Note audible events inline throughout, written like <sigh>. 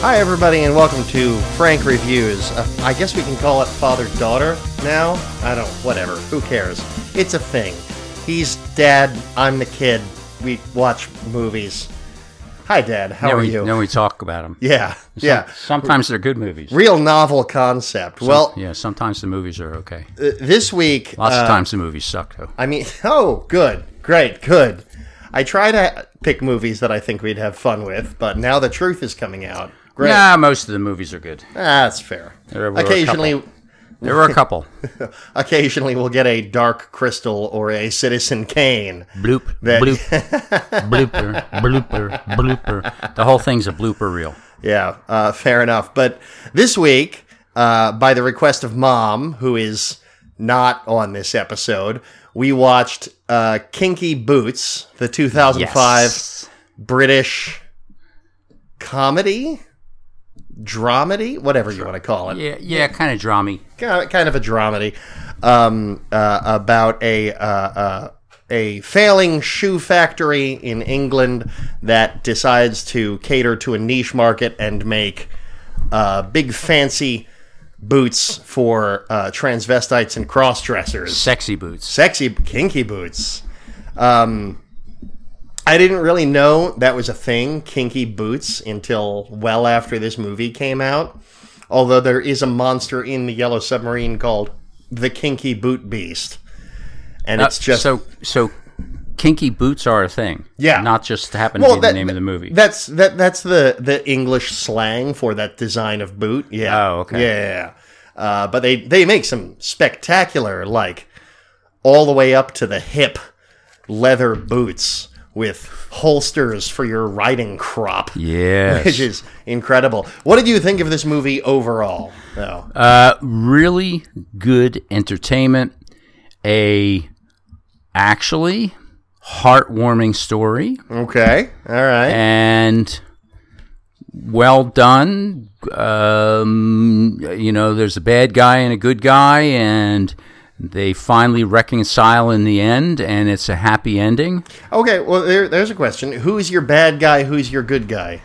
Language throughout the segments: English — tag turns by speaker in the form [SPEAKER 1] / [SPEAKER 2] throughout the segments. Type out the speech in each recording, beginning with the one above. [SPEAKER 1] Hi, everybody, and welcome to Frank Reviews. Uh, I guess we can call it father daughter now. I don't, whatever. Who cares? It's a thing. He's dad, I'm the kid. We watch movies. Hi, Dad. How
[SPEAKER 2] now
[SPEAKER 1] are
[SPEAKER 2] we,
[SPEAKER 1] you?
[SPEAKER 2] Now we talk about them.
[SPEAKER 1] Yeah, yeah.
[SPEAKER 2] Sometimes they're good movies.
[SPEAKER 1] Real novel concept. well,
[SPEAKER 2] yeah. Sometimes the movies are okay.
[SPEAKER 1] uh, this week.
[SPEAKER 2] Lots
[SPEAKER 1] uh,
[SPEAKER 2] of times the movies suck though.
[SPEAKER 1] I mean, <laughs> oh, good, great, good. I try to pick movies that I think we'd have fun with, but now the truth is coming out. Great.
[SPEAKER 2] Nah, most of the movies are good.
[SPEAKER 1] Ah, that's fair.
[SPEAKER 2] There were a
[SPEAKER 1] Occasionally,
[SPEAKER 2] There were a couple.
[SPEAKER 1] occasionally we'll get a Dark Crystal or a Citizen Kane.
[SPEAKER 2] bloop,
[SPEAKER 1] <laughs> That-
[SPEAKER 2] bloop, blooper, blooper, blooper. The whole thing's a blooper reel.
[SPEAKER 1] Yeah, uh, fair enough. But this week, uh, by the request of Mom, who is not on this episode, we watched uh, Kinky Boots, the 2005 British comedy, dramedy, whatever you want to call it.
[SPEAKER 2] Yeah, yeah, kind of dramy.
[SPEAKER 1] Ki- Kind of a dramedy um, uh, about a uh, uh, a failing shoe factory in England that decides to cater to a niche market and make uh, big fancy boots for uh, transvestites and cross dressers
[SPEAKER 2] Sexy boots.
[SPEAKER 1] sexy kinky boots. Um, I didn't really know that was a thing, kinky boots, until well after this movie came out. Although there is a monster in the Yellow Submarine called the Kinky Boot Beast, and it's
[SPEAKER 2] Uh,
[SPEAKER 1] just
[SPEAKER 2] so so. Kinky boots are a thing.
[SPEAKER 1] Yeah.
[SPEAKER 2] not just happen to be the
[SPEAKER 1] that-
[SPEAKER 2] name of the movie.
[SPEAKER 1] That's that. That's the the English slang for that design of boot. Yeah.
[SPEAKER 2] Oh, okay.
[SPEAKER 1] Yeah. yeah, yeah. Uh, but they they make some spectacular, like all the way up to the hip, leather boots with holsters for your riding crop.
[SPEAKER 2] yes,
[SPEAKER 1] Which is incredible. What did you think of this movie overall? Though
[SPEAKER 2] Uh, really good entertainment a actually heartwarming story
[SPEAKER 1] okay, all right.
[SPEAKER 2] and well done um, you know there's a bad guy and a good guy and they finally reconcile in the end and it's a happy ending
[SPEAKER 1] Okay, well, there, there's a question. Who's your bad guy? Who's your good guy?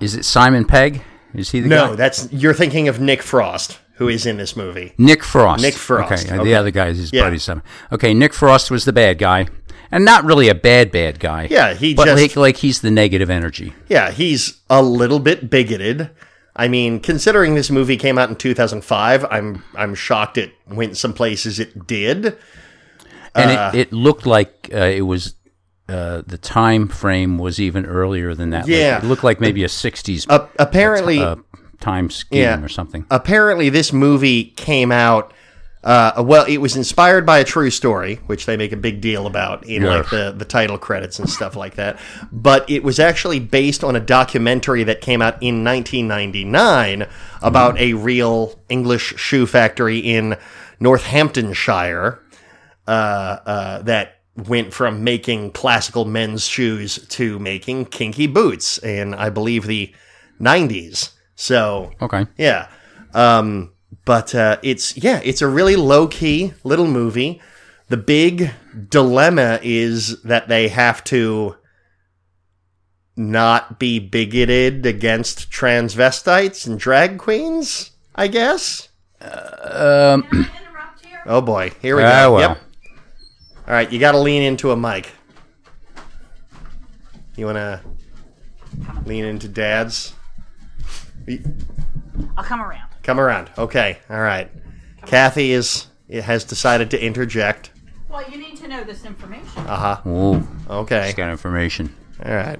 [SPEAKER 2] is it simon pegg is he the
[SPEAKER 1] No,
[SPEAKER 2] guy
[SPEAKER 1] that's you're thinking of Nick Frost, who is in this movie.
[SPEAKER 2] Nick Frost.
[SPEAKER 1] Nick Frost,
[SPEAKER 2] Okay,
[SPEAKER 1] okay.
[SPEAKER 2] the other guy is his buddy. Simon. Okay, Nick Frost was the bad guy, and not really a bad bad guy.
[SPEAKER 1] Yeah, he
[SPEAKER 2] but
[SPEAKER 1] just-
[SPEAKER 2] like, like he's the negative energy.
[SPEAKER 1] Yeah, he's a little bit bigoted. I mean, considering this movie came out in 2005, I'm I'm shocked it went some places it did.
[SPEAKER 2] and
[SPEAKER 1] Ah.
[SPEAKER 2] it, it looked like uh, it was uh, the time frame was even earlier than that. Like,
[SPEAKER 1] Yeah.
[SPEAKER 2] it looked like maybe a '60s
[SPEAKER 1] Uh, apparently,
[SPEAKER 2] uh, time scheme
[SPEAKER 1] Yeah.
[SPEAKER 2] or something.
[SPEAKER 1] apparently this movie came out. Uh, well, it was inspired by a true story, which they make a big deal about in like
[SPEAKER 2] Yes.
[SPEAKER 1] the, the title credits and stuff like that. But it was actually based on a documentary that came out in 1999 about a real English shoe factory in Northamptonshire. uh, uh, that went from making classical men's shoes to making kinky boots in, I believe, the 90s. So,
[SPEAKER 2] Okay,
[SPEAKER 1] yeah. Um, but uh, it's, yeah, it's a really low key little movie. The big dilemma is that they have to not be bigoted against transvestites and drag queens, I guess.
[SPEAKER 3] Can I interrupt here?
[SPEAKER 1] Oh boy, here we
[SPEAKER 2] Ah,
[SPEAKER 1] go.
[SPEAKER 2] well.
[SPEAKER 1] Yep. All right, you got to lean into a mic. You want to lean into dad's? Y-
[SPEAKER 3] I'll come around.
[SPEAKER 1] Come around. Okay. All right. Kathy is has decided to interject.
[SPEAKER 3] Well, you need to know this information.
[SPEAKER 1] Ah,
[SPEAKER 2] Ooh,
[SPEAKER 1] Okay.
[SPEAKER 2] he's got information.
[SPEAKER 1] All right.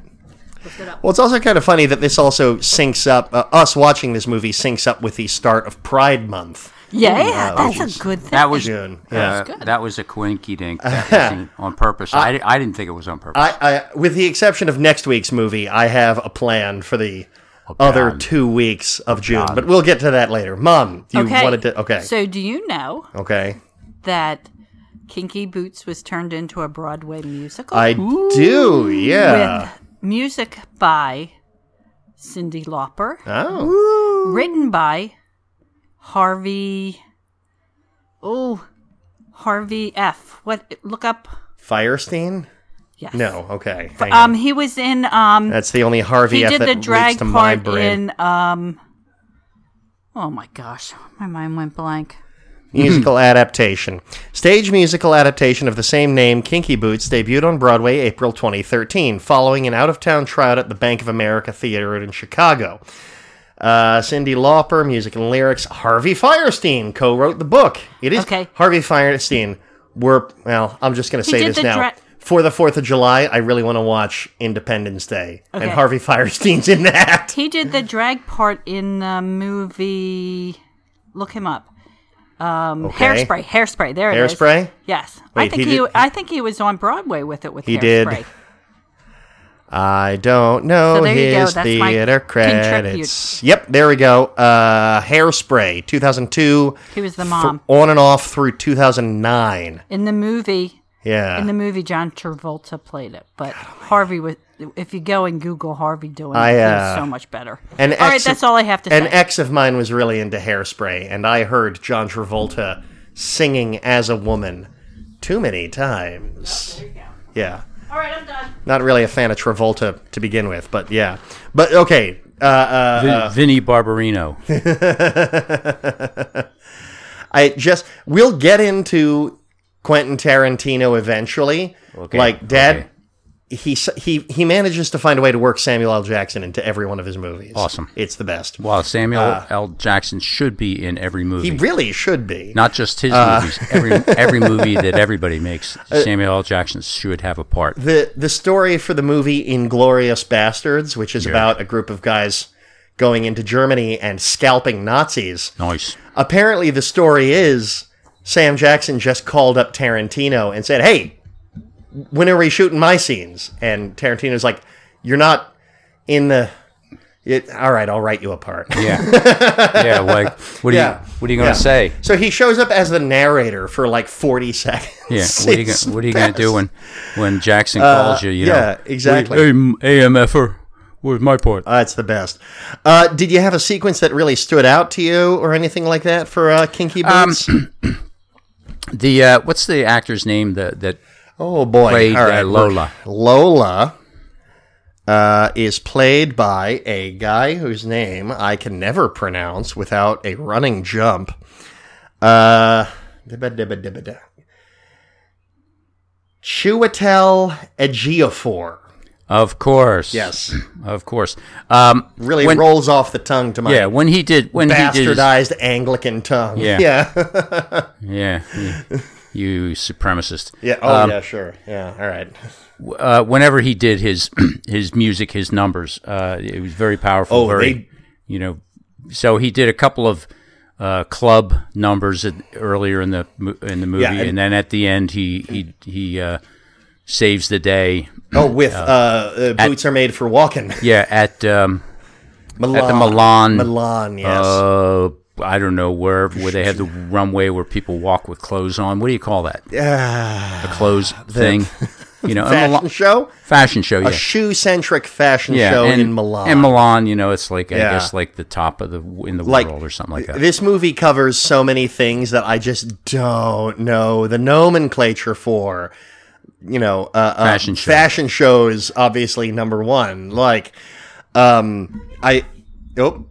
[SPEAKER 3] Look it up.
[SPEAKER 1] Well, it's also kind of funny that this also syncs up. Uh, us watching this movie syncs up with the start of Pride Month.
[SPEAKER 3] yeah,
[SPEAKER 1] that's
[SPEAKER 3] that's a good thing.
[SPEAKER 2] That was
[SPEAKER 1] June.
[SPEAKER 2] Uh,
[SPEAKER 1] Yeah.
[SPEAKER 2] that was a quinky dink.
[SPEAKER 1] <laughs>
[SPEAKER 2] That wasn't on purpose. I, di- I didn't think it was on purpose.
[SPEAKER 1] I, I, with the exception of next week's movie, I have a plan for the other
[SPEAKER 2] plan.
[SPEAKER 1] two weeks of June, but we'll get to that later. Mom, you wanted to. Okay.
[SPEAKER 3] So, do you know
[SPEAKER 1] okay.
[SPEAKER 3] that Kinky Boots was turned into a Broadway musical
[SPEAKER 1] I do, yeah.
[SPEAKER 3] with music by Cindy Lauper,
[SPEAKER 1] Oh.
[SPEAKER 3] written by Harvey? Oh, Harvey F. What? Look up.
[SPEAKER 1] Firestein?
[SPEAKER 3] Yes.
[SPEAKER 1] No, okay. hang on.
[SPEAKER 3] Um, he was in. Um,
[SPEAKER 1] That's the only Harvey
[SPEAKER 3] he
[SPEAKER 1] F
[SPEAKER 3] did
[SPEAKER 1] that
[SPEAKER 3] the
[SPEAKER 1] leaps
[SPEAKER 3] drag
[SPEAKER 1] to my
[SPEAKER 3] part
[SPEAKER 1] brain.
[SPEAKER 3] in. Um, oh my gosh, my mind went blank.
[SPEAKER 1] musical adaptation. Stage musical adaptation of the same name, Kinky Boots, debuted on Broadway April 2013, following an out of town tryout at the Bank of America Theater in Chicago. Uh, Cindy Lauper, music and lyrics. Harvey Firestein co wrote the book. It is
[SPEAKER 3] Okay.
[SPEAKER 1] Harvey Firestein. We're, well, I'm just going to say
[SPEAKER 3] did
[SPEAKER 1] this
[SPEAKER 3] the
[SPEAKER 1] now.
[SPEAKER 3] dra-
[SPEAKER 1] For the 4th of July, I really want to watch Independence Day. And
[SPEAKER 3] Okay.
[SPEAKER 1] Harvey Firestein's in that.
[SPEAKER 3] He did the drag part in the movie. Look him up. Um,
[SPEAKER 1] Okay.
[SPEAKER 3] Hairspray, hairspray. There it is.
[SPEAKER 1] Hairspray?
[SPEAKER 3] Yes, I
[SPEAKER 1] Wait,
[SPEAKER 3] think
[SPEAKER 1] he
[SPEAKER 3] he.
[SPEAKER 1] did-
[SPEAKER 3] I think he was on Broadway with it with
[SPEAKER 1] He
[SPEAKER 3] hairspray.
[SPEAKER 1] did. I don't know
[SPEAKER 3] So there you go.
[SPEAKER 1] his
[SPEAKER 3] That's my
[SPEAKER 1] theater credits.
[SPEAKER 3] contribute.
[SPEAKER 1] Yep, there we go. Uh, Hairspray, 2002.
[SPEAKER 3] He was the mom
[SPEAKER 1] Fr- on and off through 2009.
[SPEAKER 3] in the movie.
[SPEAKER 1] Yeah.
[SPEAKER 3] In the movie, John Travolta played it, but Harvey was. If you go and Google Harvey doing
[SPEAKER 1] I,
[SPEAKER 3] it, it
[SPEAKER 1] uh,
[SPEAKER 3] was so much better.
[SPEAKER 1] an
[SPEAKER 3] all right,
[SPEAKER 1] ex-
[SPEAKER 3] that's all I have to
[SPEAKER 1] An
[SPEAKER 3] say.
[SPEAKER 1] ex of mine was really into Hairspray, and I heard John Travolta singing as a woman too many
[SPEAKER 3] Oh,
[SPEAKER 1] times. Yeah.
[SPEAKER 3] all right, I'm done.
[SPEAKER 1] Not really a fan of Travolta to begin with, but yeah. But okay. Uh, uh,
[SPEAKER 2] Vin- Vinnie Barbarino.
[SPEAKER 1] <laughs> I just we'll get into Quentin Tarantino eventually.
[SPEAKER 2] Okay,
[SPEAKER 1] Like Dad,
[SPEAKER 2] okay.
[SPEAKER 1] he s- he he manages to find a way to work Samuel L. Jackson into every one of his movies.
[SPEAKER 2] Awesome.
[SPEAKER 1] it's the best.
[SPEAKER 2] Well, Samuel L. Jackson should be in every movie.
[SPEAKER 1] Ah. He Ah. really should be.
[SPEAKER 2] Not just his movies. Every every movie that everybody
[SPEAKER 1] <laughs>
[SPEAKER 2] makes, Samuel L. Jackson should have a part.
[SPEAKER 1] Uh, the the story for the movie Inglorious Bastards, which is about a group of guys going into Germany and scalping Nazis.
[SPEAKER 2] Nice.
[SPEAKER 1] Apparently, the story is Sam Jackson just called up Tarantino and said, "Hey, when are we shooting my scenes?" And Tarantino's like, "You're not in the. It, all right, I'll write you a part."
[SPEAKER 2] Yeah.
[SPEAKER 1] <laughs>
[SPEAKER 2] yeah. Like, what are
[SPEAKER 1] Yeah.
[SPEAKER 2] you What are you going
[SPEAKER 1] Yeah.
[SPEAKER 2] to
[SPEAKER 1] <laughs>
[SPEAKER 2] say?
[SPEAKER 1] So he shows up as the narrator for like forty seconds.
[SPEAKER 2] Yeah. What are you
[SPEAKER 1] It's <laughs>
[SPEAKER 2] gonna, What are you going to do
[SPEAKER 1] best.
[SPEAKER 2] when when Jackson calls you? You know.
[SPEAKER 1] Uh, yeah, exactly.
[SPEAKER 2] Hey, m- AMFer, where's my part?
[SPEAKER 1] Uh, it's the best. Uh, did you have a sequence that really stood out to you, or anything like that for uh, Kinky Boots?
[SPEAKER 2] The uh, what's the actor's name that that
[SPEAKER 1] oh boy!
[SPEAKER 2] played
[SPEAKER 1] All right,
[SPEAKER 2] uh,
[SPEAKER 1] we're-
[SPEAKER 2] Lola?
[SPEAKER 1] Lola uh, is played by a guy whose name I can never pronounce without a running jump. Uh, dibba dibba dibba da. Chiwetel Ejiofor.
[SPEAKER 2] Of course.
[SPEAKER 1] Yes,
[SPEAKER 2] Of course. Um,
[SPEAKER 1] really
[SPEAKER 2] When-
[SPEAKER 1] rolls off the tongue to my
[SPEAKER 2] yeah. When he did. When he did. his-
[SPEAKER 1] bastardized Anglican tongue.
[SPEAKER 2] Yeah.
[SPEAKER 1] yeah,
[SPEAKER 2] Yeah. you- You supremacist.
[SPEAKER 1] <laughs> Yeah, Oh,
[SPEAKER 2] Um,
[SPEAKER 1] yeah. Sure. Yeah. All right.
[SPEAKER 2] Uh, whenever he did his <clears throat> his music, his numbers, uh, it was very powerful.
[SPEAKER 1] Oh,
[SPEAKER 2] very,
[SPEAKER 1] they-
[SPEAKER 2] you know. So he did a couple of uh, club numbers in, earlier in the mo- in the movie,
[SPEAKER 1] Yeah, and-
[SPEAKER 2] and, then at the end he he he uh, saves the day.
[SPEAKER 1] Oh, with uh, uh, boots are made for walking.
[SPEAKER 2] Yeah, at um,
[SPEAKER 1] Milan.
[SPEAKER 2] at the Milan.
[SPEAKER 1] Milan. Yes.
[SPEAKER 2] Uh, I don't know where where they have the runway where people walk with clothes on. What do you call that? a clothes thing. You know, a
[SPEAKER 1] fashion
[SPEAKER 2] Milan-
[SPEAKER 1] show.
[SPEAKER 2] fashion show. Yeah.
[SPEAKER 1] a shoe centric fashion show in Milan.
[SPEAKER 2] And Milan, you know, it's like
[SPEAKER 1] Yeah.
[SPEAKER 2] I guess like the top of the in the
[SPEAKER 1] Like,
[SPEAKER 2] world or something
[SPEAKER 1] <laughs>
[SPEAKER 2] like that.
[SPEAKER 1] This movie covers so many things that I just don't know the nomenclature for. You know, uh, uh,
[SPEAKER 2] Fashion show.
[SPEAKER 1] Fashion show is obviously number one. Like, um, I oh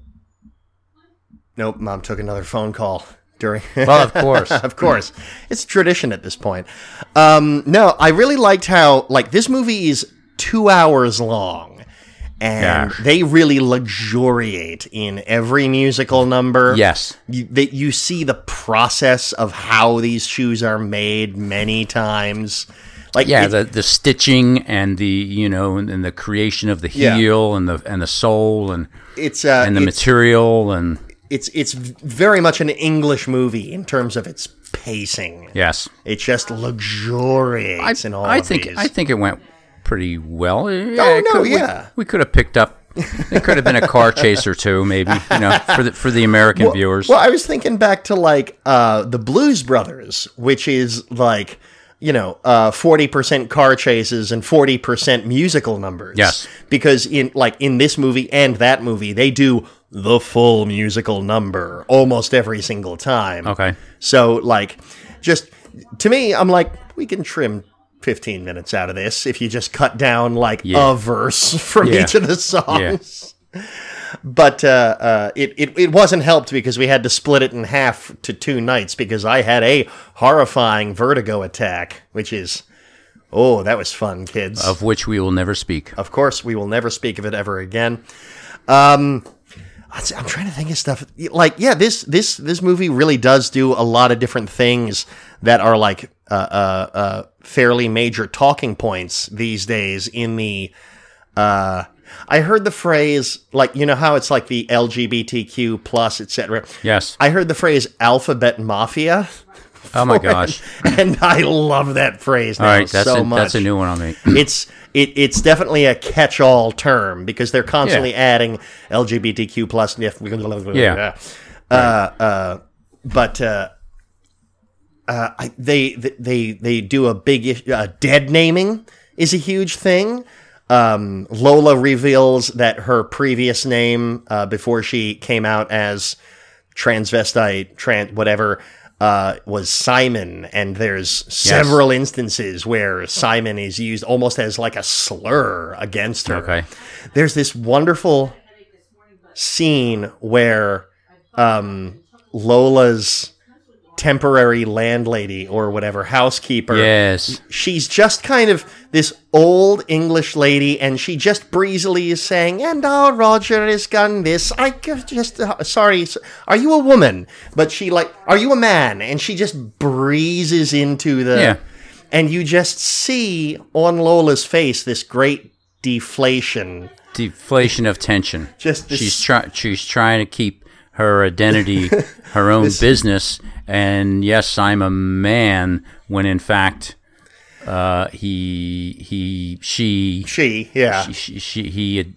[SPEAKER 1] nope, mom took another phone call during. <laughs>
[SPEAKER 2] well, of course.
[SPEAKER 1] of course. It's tradition at this point. Um, no, I really liked how like this movie is two hours long. And
[SPEAKER 2] Yeah.
[SPEAKER 1] they really luxuriate in every musical number.
[SPEAKER 2] Yes.
[SPEAKER 1] You, that you see the process of how these shoes are made many times. Like
[SPEAKER 2] Yeah,
[SPEAKER 1] it-
[SPEAKER 2] the the stitching and the you know and, and the creation of the
[SPEAKER 1] Yeah.
[SPEAKER 2] heel and the and the sole and
[SPEAKER 1] it's uh,
[SPEAKER 2] and the
[SPEAKER 1] it's,
[SPEAKER 2] material and
[SPEAKER 1] it's it's very much an English movie in terms of its pacing.
[SPEAKER 2] yes.
[SPEAKER 1] It just luxuriates in all
[SPEAKER 2] I
[SPEAKER 1] of
[SPEAKER 2] think
[SPEAKER 1] these.
[SPEAKER 2] I think it went pretty well. Yeah,
[SPEAKER 1] Oh,
[SPEAKER 2] it
[SPEAKER 1] no,
[SPEAKER 2] we-
[SPEAKER 1] yeah.
[SPEAKER 2] we, could have picked up. It could have been
[SPEAKER 1] <laughs>
[SPEAKER 2] a car chase or two, maybe you know, for the for the American viewers.
[SPEAKER 1] Well, I was thinking back to like uh, the Blues Brothers, which is like you know uh, forty percent car chases and forty percent musical numbers.
[SPEAKER 2] Yes.
[SPEAKER 1] because in like in this movie and that movie, they do the full musical number almost every single time.
[SPEAKER 2] okay,
[SPEAKER 1] so like just to me, I'm like we can trim 15 minutes out of this if you just cut down like
[SPEAKER 2] Yeah.
[SPEAKER 1] a verse <laughs> from
[SPEAKER 2] Yeah.
[SPEAKER 1] each of the songs. But uh, uh, it, it it wasn't helped because we had to split it in half to two nights because I had a horrifying vertigo attack, which is oh that was fun, kids.
[SPEAKER 2] of which we will never speak.
[SPEAKER 1] Of course, we will never speak of it ever again. Um, I'd say- I'm trying to think of stuff like yeah, this this this movie really does do a lot of different things that are like uh, uh, uh, fairly major talking points these days in the. Uh, I heard the phrase like you know how it's like the LGBTQ plus etc.
[SPEAKER 2] Yes.
[SPEAKER 1] I heard the phrase alphabet mafia, <laughs>
[SPEAKER 2] Oh my gosh!
[SPEAKER 1] and I love that phrase now <laughs>
[SPEAKER 2] All right, that's
[SPEAKER 1] so
[SPEAKER 2] a,
[SPEAKER 1] much
[SPEAKER 2] that's a new one on me.
[SPEAKER 1] <clears throat> it's it, it's definitely a catch-all term because they're constantly
[SPEAKER 2] Yeah.
[SPEAKER 1] adding LGBTQ plus.
[SPEAKER 2] Yeah.
[SPEAKER 1] Uh, uh, but uh, uh, I, they they they do a big ish- uh, dead naming is a huge thing. Um, Lola reveals that her previous name uh, before she came out as transvestite, trans whatever, uh, was Simon, and there's several instances where Simon is used almost as like a slur against her.
[SPEAKER 2] Okay.
[SPEAKER 1] There's this wonderful scene where um, Lola's temporary landlady or whatever housekeeper
[SPEAKER 2] Yes.
[SPEAKER 1] she's just kind of this old English lady, and she just breezily is saying, "And our Roger has done this." I c- just uh, sorry. s- Are you a woman? But she like, are you a man? And she just breezes into the,
[SPEAKER 2] Yeah.
[SPEAKER 1] and you just see on Lola's face this great deflation.
[SPEAKER 2] Deflation of tension.
[SPEAKER 1] <laughs> Just this-
[SPEAKER 2] she's trying. She's trying to keep
[SPEAKER 1] <laughs>
[SPEAKER 2] her identity, her own business, and yes, I'm a man. When in fact, uh, he he she
[SPEAKER 1] She, yeah,
[SPEAKER 2] she, she, she he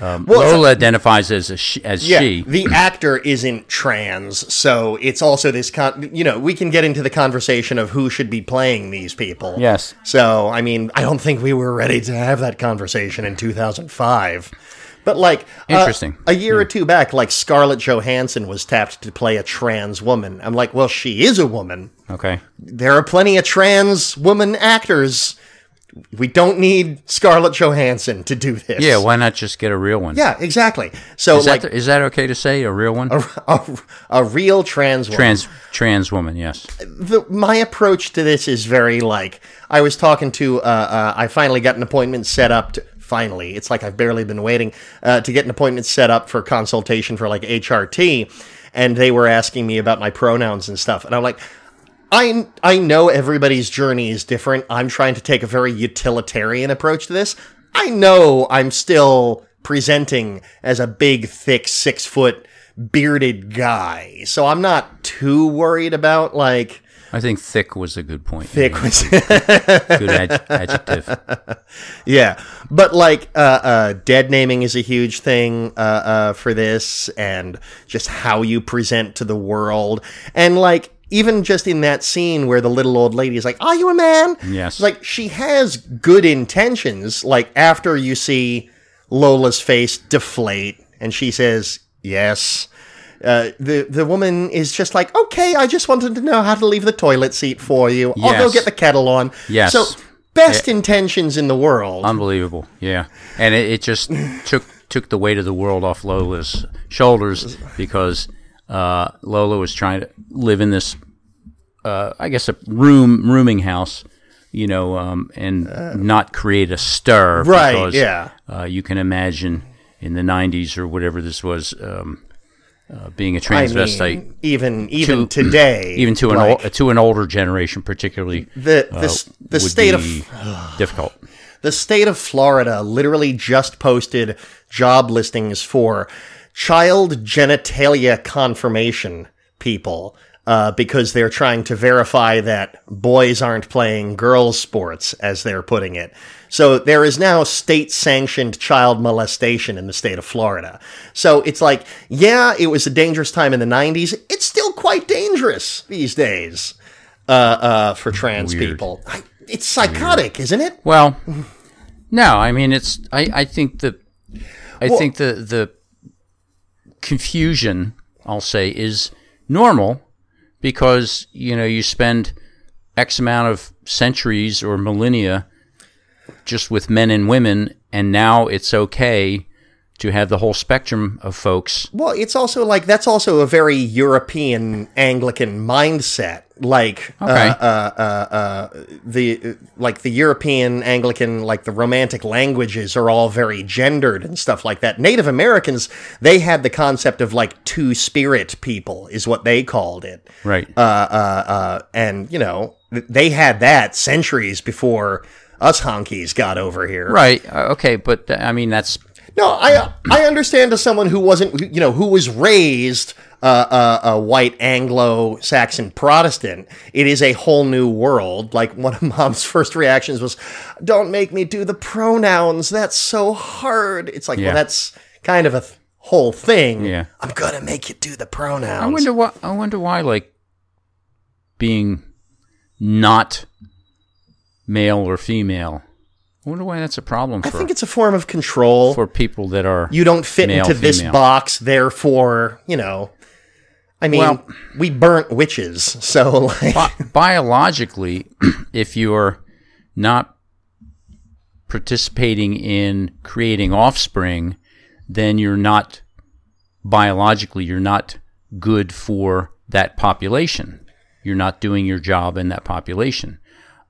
[SPEAKER 1] Well,
[SPEAKER 2] Lola identifies as a she, as
[SPEAKER 1] Yeah,
[SPEAKER 2] she.
[SPEAKER 1] the actor isn't trans, so it's also this con. You know, we can get into the conversation of who should be playing these people.
[SPEAKER 2] Yes.
[SPEAKER 1] So, I mean, I don't think we were ready to have that conversation in 2005. But like, uh,
[SPEAKER 2] Interesting. Hmm.
[SPEAKER 1] a year or two back, like Scarlett Johansson was tapped to play a trans woman. I'm like, well, she is a woman.
[SPEAKER 2] Okay.
[SPEAKER 1] There are plenty of trans woman actors. We don't need Scarlett Johansson to do this.
[SPEAKER 2] Yeah. Why not just get a real one?
[SPEAKER 1] yeah, exactly. So
[SPEAKER 2] Is
[SPEAKER 1] like
[SPEAKER 2] that, is that okay to say a real one?
[SPEAKER 1] a, a real trans woman.
[SPEAKER 2] trans trans woman. Yes.
[SPEAKER 1] the, my approach to this is very like I was talking to. Uh, uh, I finally got an appointment set up. To, finally, it's like I've barely been waiting uh, to get an appointment set up for consultation for like HRT, and they were asking me about my pronouns and stuff, and I'm like. I, I know everybody's journey is different. I'm trying to take a very utilitarian approach to this. I know I'm still presenting as a big, thick, six foot bearded guy. So I'm not too worried about like
[SPEAKER 2] I think thick was a good point.
[SPEAKER 1] thick was
[SPEAKER 2] Good ad- adjective.
[SPEAKER 1] <laughs> yeah but like uh, uh, dead naming is a huge thing uh, uh, for this and just how you present to the world and like even just in that scene where the little old lady is like are you a man
[SPEAKER 2] Yes.
[SPEAKER 1] It's like she has good intentions like after you see lola's face deflate and she says yes uh, the the woman is just like okay. I just wanted to know how to leave the toilet seat for you. I'll go
[SPEAKER 2] Yes.
[SPEAKER 1] get the kettle on.
[SPEAKER 2] Yes.
[SPEAKER 1] So best intentions in the world.
[SPEAKER 2] Um, Unbelievable. Yeah. And it, it just took took the weight of the world off Lola's shoulders because uh, Lola was trying to live in this, uh, I guess, a room rooming house, you know, um, and not create a stir.
[SPEAKER 1] Uh, Right, yeah.
[SPEAKER 2] Uh, you can imagine in the '90s or whatever this was. Um, uh, being a transvestite,
[SPEAKER 1] even even today,
[SPEAKER 2] even to an
[SPEAKER 1] like,
[SPEAKER 2] ol- to an older generation, particularly
[SPEAKER 1] the the, s- the
[SPEAKER 2] uh, would
[SPEAKER 1] state
[SPEAKER 2] be
[SPEAKER 1] of
[SPEAKER 2] difficult.
[SPEAKER 1] the state of Florida literally just posted job listings for child genitalia confirmation people uh, because they're trying to verify that boys aren't playing girls' sports, as they're putting it. So there is now state sanctioned child molestation in the state of Florida. So it's like, yeah, it was a dangerous time in the 90s. It's still quite dangerous these days uh, uh, for trans
[SPEAKER 2] Weird.
[SPEAKER 1] people. I, it's psychotic, isn't it?
[SPEAKER 2] Well, no, I mean it's. I, I think the, I think the the confusion I'll say is normal because you know you spend X amount of centuries or millennia just with men and women, and now it's okay to have the whole spectrum of folks.
[SPEAKER 1] Well, it's also like that's also a very European Anglican mindset. Like uh,
[SPEAKER 2] Okay.
[SPEAKER 1] uh, uh, uh, the uh, like the European Anglican, like the Romantic languages are all very gendered and stuff like that. Native Americans they had the concept of like two spirit people is what they called it.
[SPEAKER 2] Right.
[SPEAKER 1] Uh, uh, uh, and you know th- they had that centuries before us honkies got over here.
[SPEAKER 2] right. Uh, Okay. But uh, I mean, that's
[SPEAKER 1] No, I I understand to someone who wasn't who- you know who was raised uh, uh, a white Anglo-Saxon Protestant. It is a whole new world. Like one of Mom's <laughs> first reactions was, "Don't make me do the pronouns. That's so hard." It's like,
[SPEAKER 2] Yeah.
[SPEAKER 1] well, that's kind of a th- whole thing.
[SPEAKER 2] Yeah.
[SPEAKER 1] I'm gonna make you do the pronouns.
[SPEAKER 2] I wonder why. I wonder why, like being not male or female. I wonder why that's a problem
[SPEAKER 1] I
[SPEAKER 2] for
[SPEAKER 1] think it's a form of control.
[SPEAKER 2] for people that are.
[SPEAKER 1] you don't fit
[SPEAKER 2] Male,
[SPEAKER 1] into this
[SPEAKER 2] female.
[SPEAKER 1] box, therefore, you know. I mean,
[SPEAKER 2] Well-
[SPEAKER 1] we burnt witches, so like.
[SPEAKER 2] bi- biologically, <clears throat> if you are not participating in creating offspring, then you're not biologically you're not good for that population. You're not doing your job in that population.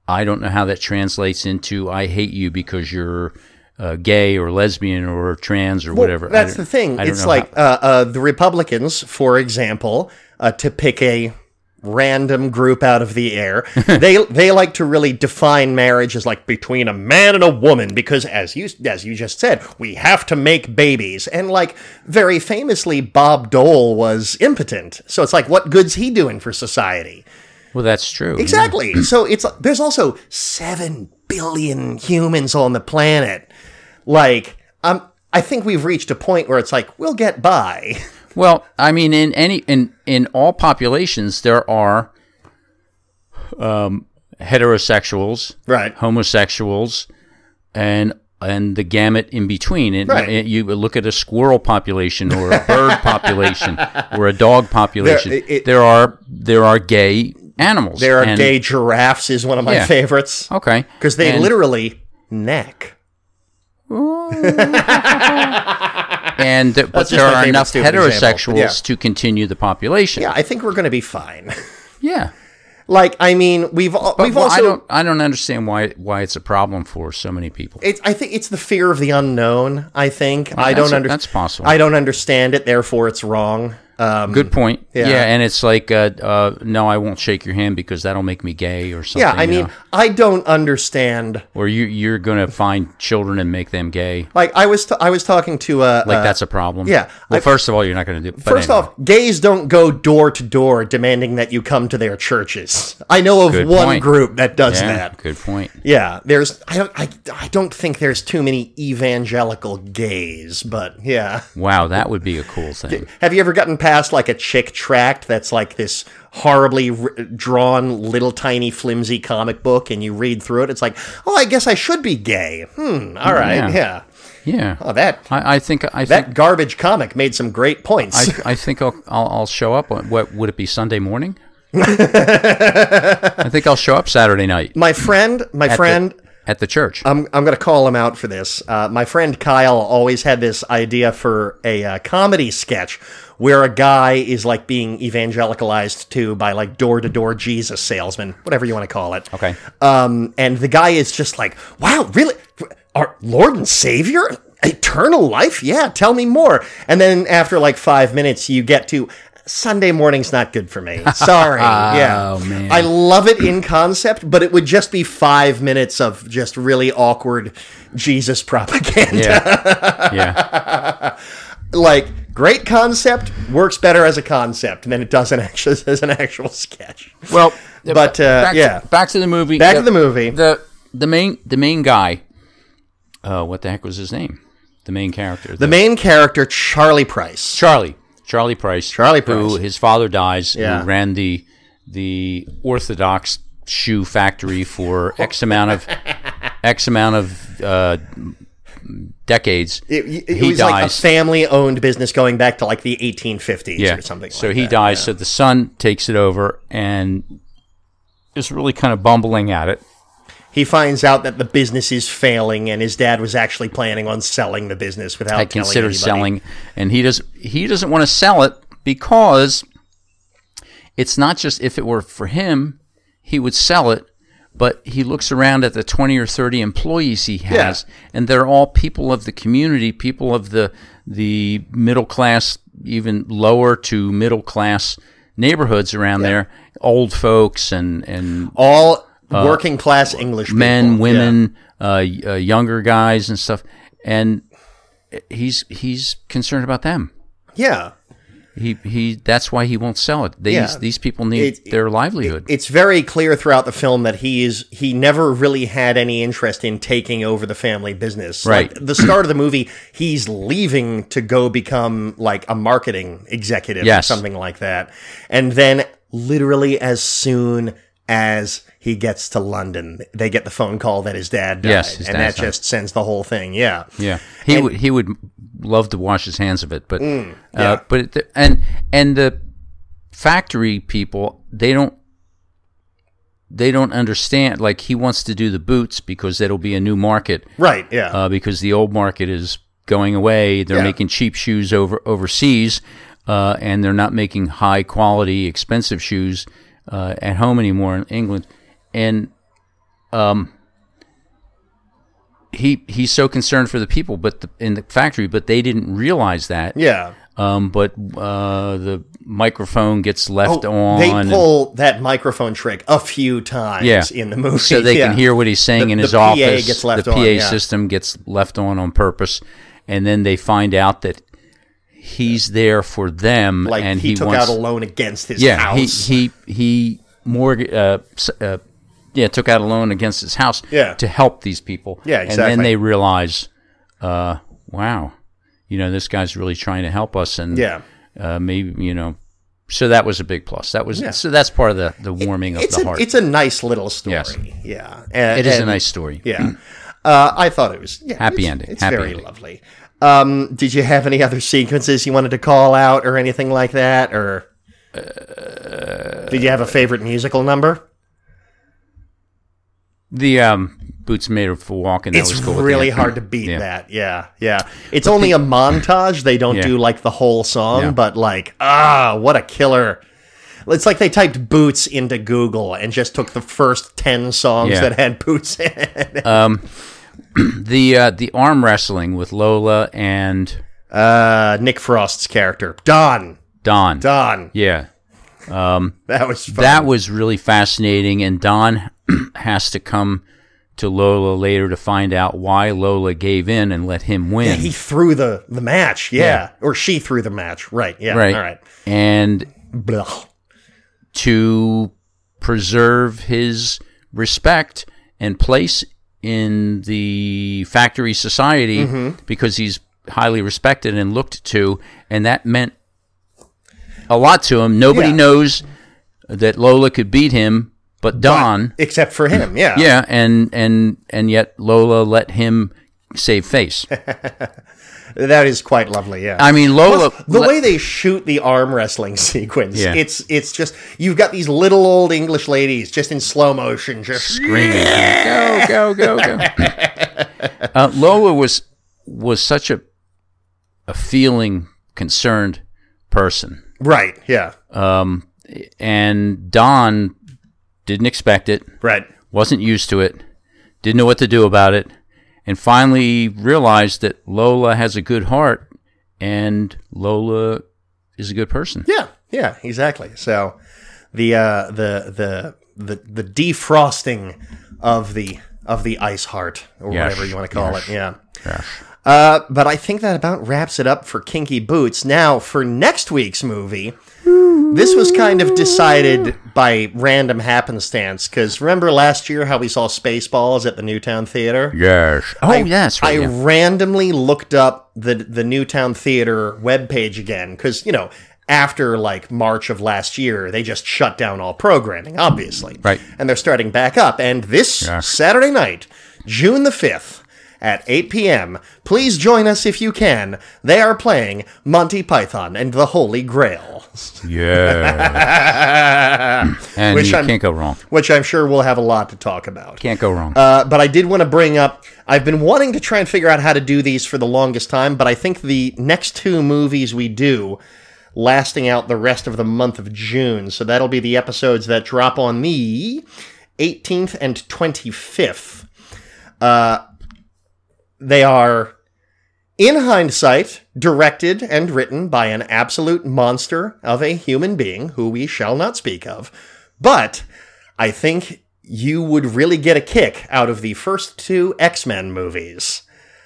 [SPEAKER 2] I don't know how that translates into I hate you because you're uh, gay or lesbian or trans or
[SPEAKER 1] Well,
[SPEAKER 2] whatever. I
[SPEAKER 1] That's
[SPEAKER 2] don't-
[SPEAKER 1] the thing.
[SPEAKER 2] I don't
[SPEAKER 1] It's
[SPEAKER 2] know
[SPEAKER 1] like
[SPEAKER 2] how-
[SPEAKER 1] uh, uh, the Republicans, for example, uh, to pick a random group out of the
[SPEAKER 2] <laughs>
[SPEAKER 1] air, they they like to really define marriage as like between a man and a woman because as you as you just said, we have to make babies. And like very famously, Bob Dole was impotent, so it's like what good's he doing for society?
[SPEAKER 2] well, that's true. yeah.
[SPEAKER 1] Exactly.
[SPEAKER 2] <clears throat>
[SPEAKER 1] so it's there's also seven billion humans on the planet. Like, um, I think we've reached a point where it's like we'll get by.
[SPEAKER 2] <laughs> Well, I mean, in any in in all populations, there are um, heterosexuals,
[SPEAKER 1] Right.
[SPEAKER 2] homosexuals, and and the gamut in between. And
[SPEAKER 1] Right.
[SPEAKER 2] and you look at a squirrel population,
[SPEAKER 1] <laughs>
[SPEAKER 2] or a bird population, or a dog population. There,
[SPEAKER 1] There- it-
[SPEAKER 2] are there are gay animals.
[SPEAKER 1] There are
[SPEAKER 2] and-
[SPEAKER 1] gay giraffes is one of my
[SPEAKER 2] Yeah.
[SPEAKER 1] favorites
[SPEAKER 2] Okay,
[SPEAKER 1] because they
[SPEAKER 2] And-
[SPEAKER 1] literally neck. <laughs>
[SPEAKER 2] and th- but
[SPEAKER 1] just
[SPEAKER 2] there
[SPEAKER 1] my
[SPEAKER 2] are
[SPEAKER 1] favorite
[SPEAKER 2] enough
[SPEAKER 1] stupid example,
[SPEAKER 2] heterosexuals
[SPEAKER 1] but yeah.
[SPEAKER 2] to continue the population.
[SPEAKER 1] Yeah, I think we're gonna be fine. <laughs>
[SPEAKER 2] yeah.
[SPEAKER 1] like, I mean, we've all,
[SPEAKER 2] But
[SPEAKER 1] we've
[SPEAKER 2] wh-
[SPEAKER 1] also.
[SPEAKER 2] I don't I don't understand why why it's a problem for so many people.
[SPEAKER 1] it's, I think it's the fear of the unknown. I think I
[SPEAKER 2] that's-
[SPEAKER 1] don't understand.
[SPEAKER 2] that's possible.
[SPEAKER 1] I don't understand it, therefore it's wrong. Um,
[SPEAKER 2] Good point.
[SPEAKER 1] yeah.
[SPEAKER 2] Yeah, and it's like, uh, uh, no, I won't shake your hand because that'll make me gay or something.
[SPEAKER 1] yeah, I
[SPEAKER 2] you
[SPEAKER 1] mean,
[SPEAKER 2] know?
[SPEAKER 1] I don't understand
[SPEAKER 2] or you you're gonna find children and make them gay.
[SPEAKER 1] Like I was, t- I was talking to uh,
[SPEAKER 2] Like
[SPEAKER 1] uh,
[SPEAKER 2] that's a problem.
[SPEAKER 1] yeah,
[SPEAKER 2] Well,
[SPEAKER 1] I-
[SPEAKER 2] first of all, you're not gonna do. But
[SPEAKER 1] First
[SPEAKER 2] anyway.
[SPEAKER 1] off, gays don't go door to door demanding that you come to their churches. I know of
[SPEAKER 2] Good
[SPEAKER 1] one
[SPEAKER 2] point.
[SPEAKER 1] group that does
[SPEAKER 2] yeah,
[SPEAKER 1] that.
[SPEAKER 2] good point.
[SPEAKER 1] Yeah, there's I don't I, I don't think there's too many evangelical gays, but yeah.
[SPEAKER 2] Wow, that would be a cool thing.
[SPEAKER 1] Have you ever gotten past like a chick tract that's like this horribly r- drawn little tiny flimsy comic book and you read through it it's like, "Oh, I guess I should be gay." Hmm, all right. Yeah.
[SPEAKER 2] Yeah. Yeah,
[SPEAKER 1] Oh, that
[SPEAKER 2] I, I think I think
[SPEAKER 1] that garbage comic made some great points.
[SPEAKER 2] I, I think I'll, I'll I'll show up. On, what would it be
[SPEAKER 1] <laughs>
[SPEAKER 2] Sunday morning? I think I'll show up Saturday night.
[SPEAKER 1] my friend, my
[SPEAKER 2] at the-
[SPEAKER 1] friend, Um,
[SPEAKER 2] at the church.
[SPEAKER 1] I'm I'm gonna call him out for this. Uh, my friend Kyle always had this idea for a uh, comedy sketch where a guy is like being evangelicalized to by like door to door Jesus salesman, whatever you want to call it.
[SPEAKER 2] Okay.
[SPEAKER 1] Um, and the guy is just like, wow, really, our Lord and Savior. Eternal life? Yeah, tell me more. And then after like five minutes, you get to Sunday morning's not good for
[SPEAKER 2] <laughs>
[SPEAKER 1] me. Sorry. yeah.
[SPEAKER 2] Oh, man.
[SPEAKER 1] I love it in concept, but it would just be five minutes of just really awkward Jesus propaganda.
[SPEAKER 2] Yeah, yeah.
[SPEAKER 1] <laughs> Like, great concept, works better as a concept than it doesn't actually as an <laughs> actual sketch.
[SPEAKER 2] Well,
[SPEAKER 1] But, uh,
[SPEAKER 2] back
[SPEAKER 1] yeah.
[SPEAKER 2] to, back to the movie.
[SPEAKER 1] Back to the movie.
[SPEAKER 2] The the main the main guy. Uh, what the heck was his name? The main character.
[SPEAKER 1] The main character, Charlie Price.
[SPEAKER 2] Charlie. Charlie Price.
[SPEAKER 1] Charlie
[SPEAKER 2] Who
[SPEAKER 1] Price.
[SPEAKER 2] his father dies.
[SPEAKER 1] Yeah.
[SPEAKER 2] Who ran the the orthodox shoe factory for x
[SPEAKER 1] <laughs>
[SPEAKER 2] amount of x amount of uh, decades.
[SPEAKER 1] It, it- it
[SPEAKER 2] He
[SPEAKER 1] was like a
[SPEAKER 2] dies.
[SPEAKER 1] family owned business going back to like the 1850s or something.
[SPEAKER 2] So
[SPEAKER 1] like
[SPEAKER 2] he
[SPEAKER 1] that.
[SPEAKER 2] dies. So the son takes it over, and is really kind of bumbling at it.
[SPEAKER 1] He finds out that the business is failing, and his dad was actually planning on selling the business without
[SPEAKER 2] I
[SPEAKER 1] telling
[SPEAKER 2] consider
[SPEAKER 1] anybody.
[SPEAKER 2] selling, and he does. He doesn't want to sell it because it's not just if it were for him, he would sell it. But he looks around at the twenty or thirty employees he has, and they're all people of the community, people of the the middle class, even lower to middle class neighborhoods around there, old folks and and
[SPEAKER 1] all working class English
[SPEAKER 2] Uh, men,
[SPEAKER 1] people.
[SPEAKER 2] women, uh, y- uh, younger guys, and stuff. And he's he's concerned about them.
[SPEAKER 1] Yeah. yeah.
[SPEAKER 2] He he. That's why he won't sell it. These
[SPEAKER 1] Yeah.
[SPEAKER 2] these people need
[SPEAKER 1] It-
[SPEAKER 2] their livelihood.
[SPEAKER 1] It's very clear throughout the film that he is he never really had any interest in taking over the family business.
[SPEAKER 2] Right.
[SPEAKER 1] Like, the start of the movie, he's leaving to go become like a marketing executive or
[SPEAKER 2] Yes.
[SPEAKER 1] something like that. And then literally as soon as he gets to London, they get the phone call that his dad died.
[SPEAKER 2] Yes, his
[SPEAKER 1] and
[SPEAKER 2] dad's
[SPEAKER 1] that
[SPEAKER 2] died.
[SPEAKER 1] just sends the whole thing. Yeah.
[SPEAKER 2] yeah, he would he would love to wash his hands of it, but
[SPEAKER 1] Mm,
[SPEAKER 2] uh, but it, and and the factory people they don't they don't understand. Like he wants to do the boots because that'll be a new market.
[SPEAKER 1] Right. Yeah.
[SPEAKER 2] uh, because the old market is going away. They're
[SPEAKER 1] Yeah.
[SPEAKER 2] making cheap shoes over overseas, uh, and they're not making high quality, expensive shoes uh, at home anymore in England. And um, he he's so concerned for the people, but the, in the factory, but they didn't realize that.
[SPEAKER 1] yeah.
[SPEAKER 2] Um, but uh, the microphone gets left
[SPEAKER 1] Oh,
[SPEAKER 2] on.
[SPEAKER 1] they
[SPEAKER 2] and-
[SPEAKER 1] pull that microphone trick a few times
[SPEAKER 2] Yeah.
[SPEAKER 1] in the movie,
[SPEAKER 2] so they
[SPEAKER 1] Yeah.
[SPEAKER 2] can hear what he's saying
[SPEAKER 1] The-
[SPEAKER 2] in
[SPEAKER 1] the
[SPEAKER 2] his
[SPEAKER 1] PA
[SPEAKER 2] office.
[SPEAKER 1] gets left
[SPEAKER 2] the PA
[SPEAKER 1] on, yeah.
[SPEAKER 2] system gets left on on purpose, and then they find out that he's there for them,
[SPEAKER 1] Like
[SPEAKER 2] and
[SPEAKER 1] he,
[SPEAKER 2] he,
[SPEAKER 1] took
[SPEAKER 2] wants.
[SPEAKER 1] out a loan against his
[SPEAKER 2] yeah, he
[SPEAKER 1] house.
[SPEAKER 2] he he mortg- uh, s- uh, yeah took out a loan against his house
[SPEAKER 1] Yeah.
[SPEAKER 2] to help these people.
[SPEAKER 1] Yeah,
[SPEAKER 2] And
[SPEAKER 1] exactly.
[SPEAKER 2] then they realize, uh, wow, you know this guy's really trying to help us, and
[SPEAKER 1] yeah,
[SPEAKER 2] uh, maybe you know. So that was a big plus. That was so that's part of the, the warming of
[SPEAKER 1] it's
[SPEAKER 2] the
[SPEAKER 1] a
[SPEAKER 2] heart.
[SPEAKER 1] it's a nice little story.
[SPEAKER 2] Yes.
[SPEAKER 1] Yeah, and,
[SPEAKER 2] it is a
[SPEAKER 1] and-
[SPEAKER 2] nice
[SPEAKER 1] <clears throat>
[SPEAKER 2] story. <clears throat>
[SPEAKER 1] Yeah, uh, I thought it was yeah,
[SPEAKER 2] Happy
[SPEAKER 1] it's-
[SPEAKER 2] ending,
[SPEAKER 1] It's
[SPEAKER 2] happy
[SPEAKER 1] very
[SPEAKER 2] ending.
[SPEAKER 1] lovely. Um, did you have any other sequences you wanted to call out or anything like that, or
[SPEAKER 2] Uh,
[SPEAKER 1] did you have a favorite musical number?
[SPEAKER 2] The um, boots made for walking. That
[SPEAKER 1] It's
[SPEAKER 2] was cool. at the
[SPEAKER 1] really
[SPEAKER 2] end.
[SPEAKER 1] hard to beat
[SPEAKER 2] Yeah.
[SPEAKER 1] that. Yeah, yeah. It's only a
[SPEAKER 2] <laughs>
[SPEAKER 1] montage. They don't
[SPEAKER 2] Yeah.
[SPEAKER 1] do like the whole song,
[SPEAKER 2] Yeah.
[SPEAKER 1] but like, ah, what a killer. It's like they typed boots into Google and just took the first 10 songs
[SPEAKER 2] Yeah.
[SPEAKER 1] that had boots in it.
[SPEAKER 2] The uh, the arm wrestling with Lola and
[SPEAKER 1] Uh, Nick Frost's character, Don.
[SPEAKER 2] Don.
[SPEAKER 1] Don.
[SPEAKER 2] Yeah,
[SPEAKER 1] That was fun.
[SPEAKER 2] that was really fascinating. And Don <clears throat> has to come to Lola later to find out why Lola gave in and let him win.
[SPEAKER 1] he threw the, the match. Yeah. Or she threw the match. Right. Yeah.
[SPEAKER 2] right.
[SPEAKER 1] All right.
[SPEAKER 2] And
[SPEAKER 1] Blah.
[SPEAKER 2] to preserve his respect and place in the factory society
[SPEAKER 1] Mm-hmm.
[SPEAKER 2] because he's highly respected and looked to and that meant a lot to him nobody
[SPEAKER 1] Yeah.
[SPEAKER 2] knows that lola could beat him but don
[SPEAKER 1] Except for him. Yeah.
[SPEAKER 2] <clears throat> yeah and and and yet lola let him save face
[SPEAKER 1] That is quite lovely. Yeah.
[SPEAKER 2] i mean lola
[SPEAKER 1] Plus, the
[SPEAKER 2] le-
[SPEAKER 1] way they shoot the arm wrestling <laughs> sequence,
[SPEAKER 2] Yeah.
[SPEAKER 1] it's it's just you've got these little old English ladies just in slow motion, just
[SPEAKER 2] screaming, "Go, go, go, go!"
[SPEAKER 1] <laughs>
[SPEAKER 2] uh, Lola was was such a a feeling, concerned person, Um,
[SPEAKER 1] right, yeah,
[SPEAKER 2] and Don didn't expect it,
[SPEAKER 1] right,
[SPEAKER 2] wasn't used to it, didn't know what to do about it, and finally realized that Lola has a good heart, and Lola is a good person.
[SPEAKER 1] yeah, yeah, exactly. So the uh, the the the the defrosting of the of the ice heart or
[SPEAKER 2] Yes,
[SPEAKER 1] whatever you want to call
[SPEAKER 2] yes.
[SPEAKER 1] it, yeah.
[SPEAKER 2] Yes.
[SPEAKER 1] Uh, but I think that about wraps it up for Kinky Boots. Now, for next week's movie, this was kind of decided by random happenstance. Because remember last year how we saw Spaceballs at the Newtown Theater?
[SPEAKER 2] Yes. Oh, yes.
[SPEAKER 1] I <laughs>
[SPEAKER 2] Right, yeah.
[SPEAKER 1] randomly looked up the the Newtown Theater webpage again because you know after like March of last year they just shut down all programming, obviously,
[SPEAKER 2] Right.
[SPEAKER 1] And they're starting back up. And this Saturday night, June the fifth, at 8 p.m. Please join us if you can. They are playing Monty Python and the Holy Grail. <laughs>
[SPEAKER 2] Yeah. and
[SPEAKER 1] Which
[SPEAKER 2] you
[SPEAKER 1] I'm-
[SPEAKER 2] can't go wrong.
[SPEAKER 1] which I'm sure we'll have a lot to talk about.
[SPEAKER 2] Can't go wrong.
[SPEAKER 1] Uh, but I did want to bring up. I've been wanting to try and figure out how to do these for the longest time, but I think the next two movies we do, lasting out the rest of the month of June, so that'll be the episodes that drop on the 18th and 25th. Uh, they are, in hindsight, directed and written by an absolute monster of a human being who we shall not speak of, but. I think you would really get a kick out of the first two X Men movies.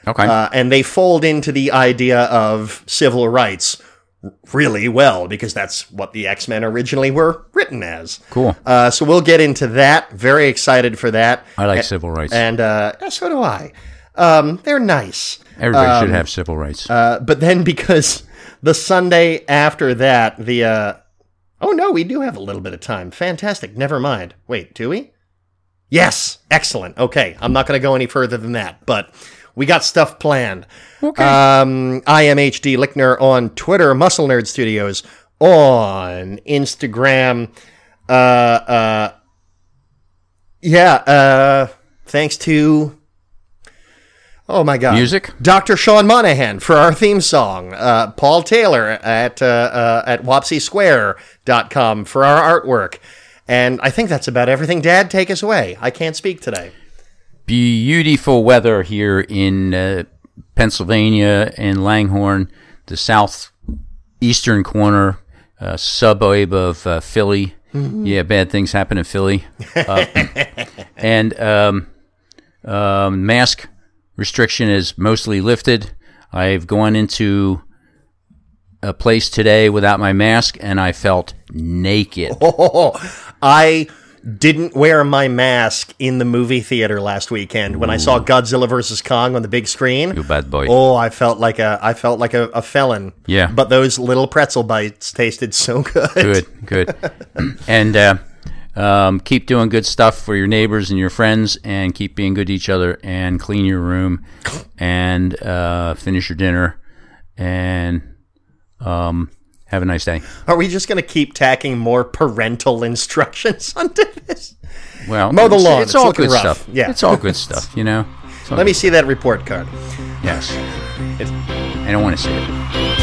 [SPEAKER 2] okay.
[SPEAKER 1] Uh, and they fold into the idea of civil rights really well because that's what the X Men originally were written as.
[SPEAKER 2] cool.
[SPEAKER 1] Uh, so we'll get into that. Very excited for that.
[SPEAKER 2] I like civil rights.
[SPEAKER 1] And uh, so do I. Um, they're nice.
[SPEAKER 2] Everybody should have civil rights.
[SPEAKER 1] Uh, but then because the Sunday after that, the uh, oh no, we do have a little bit of time. Fantastic. Never mind. Wait, do we? Yes. Excellent. Okay, I'm not going to go any further than that, but we got stuff planned.
[SPEAKER 2] okay.
[SPEAKER 1] Um, IMHD Lickner on Twitter, Muscle Nerd Studios on Instagram. Uh, uh, yeah. Uh, thanks to. Oh my God!
[SPEAKER 2] Music?
[SPEAKER 1] Dr. Sean Monahan for our theme song. Uh, Paul Taylor at uh, uh, at wopsysquare.com for our artwork. And I think that's about everything. Dad, take us away. I can't speak today.
[SPEAKER 2] beautiful weather here in uh, Pennsylvania in Langhorne, the southeastern corner, uh, suburb of uh, Philly. Yeah, bad things happen in Philly. Uh, and um, um, mask restriction is mostly lifted. I've gone into a place today without my mask and I felt naked.
[SPEAKER 1] I didn't wear my mask in the movie theater last weekend when I saw Godzilla vs Kong on the big screen.
[SPEAKER 2] You bad boy.
[SPEAKER 1] Oh, I felt like a I felt like a, a felon.
[SPEAKER 2] Yeah.
[SPEAKER 1] But those little pretzel bites tasted so good. <laughs>
[SPEAKER 2] good, good. and uh, um, keep doing good stuff for your neighbors and your friends, and keep being good to each other, and clean your room, and uh, finish your dinner, and um, have a nice day.
[SPEAKER 1] Are we just going to keep tacking more parental instructions <laughs> onto this?
[SPEAKER 2] Well,
[SPEAKER 1] Mow the
[SPEAKER 2] it's-
[SPEAKER 1] lawn.
[SPEAKER 2] It's,
[SPEAKER 1] It's
[SPEAKER 2] all
[SPEAKER 1] looking
[SPEAKER 2] good
[SPEAKER 1] rough.
[SPEAKER 2] stuff.
[SPEAKER 1] Yeah.
[SPEAKER 2] it's all good stuff. You know. It's
[SPEAKER 1] <laughs>
[SPEAKER 2] all
[SPEAKER 1] Let me see that report card.
[SPEAKER 2] good. Yes. I don't want to see it.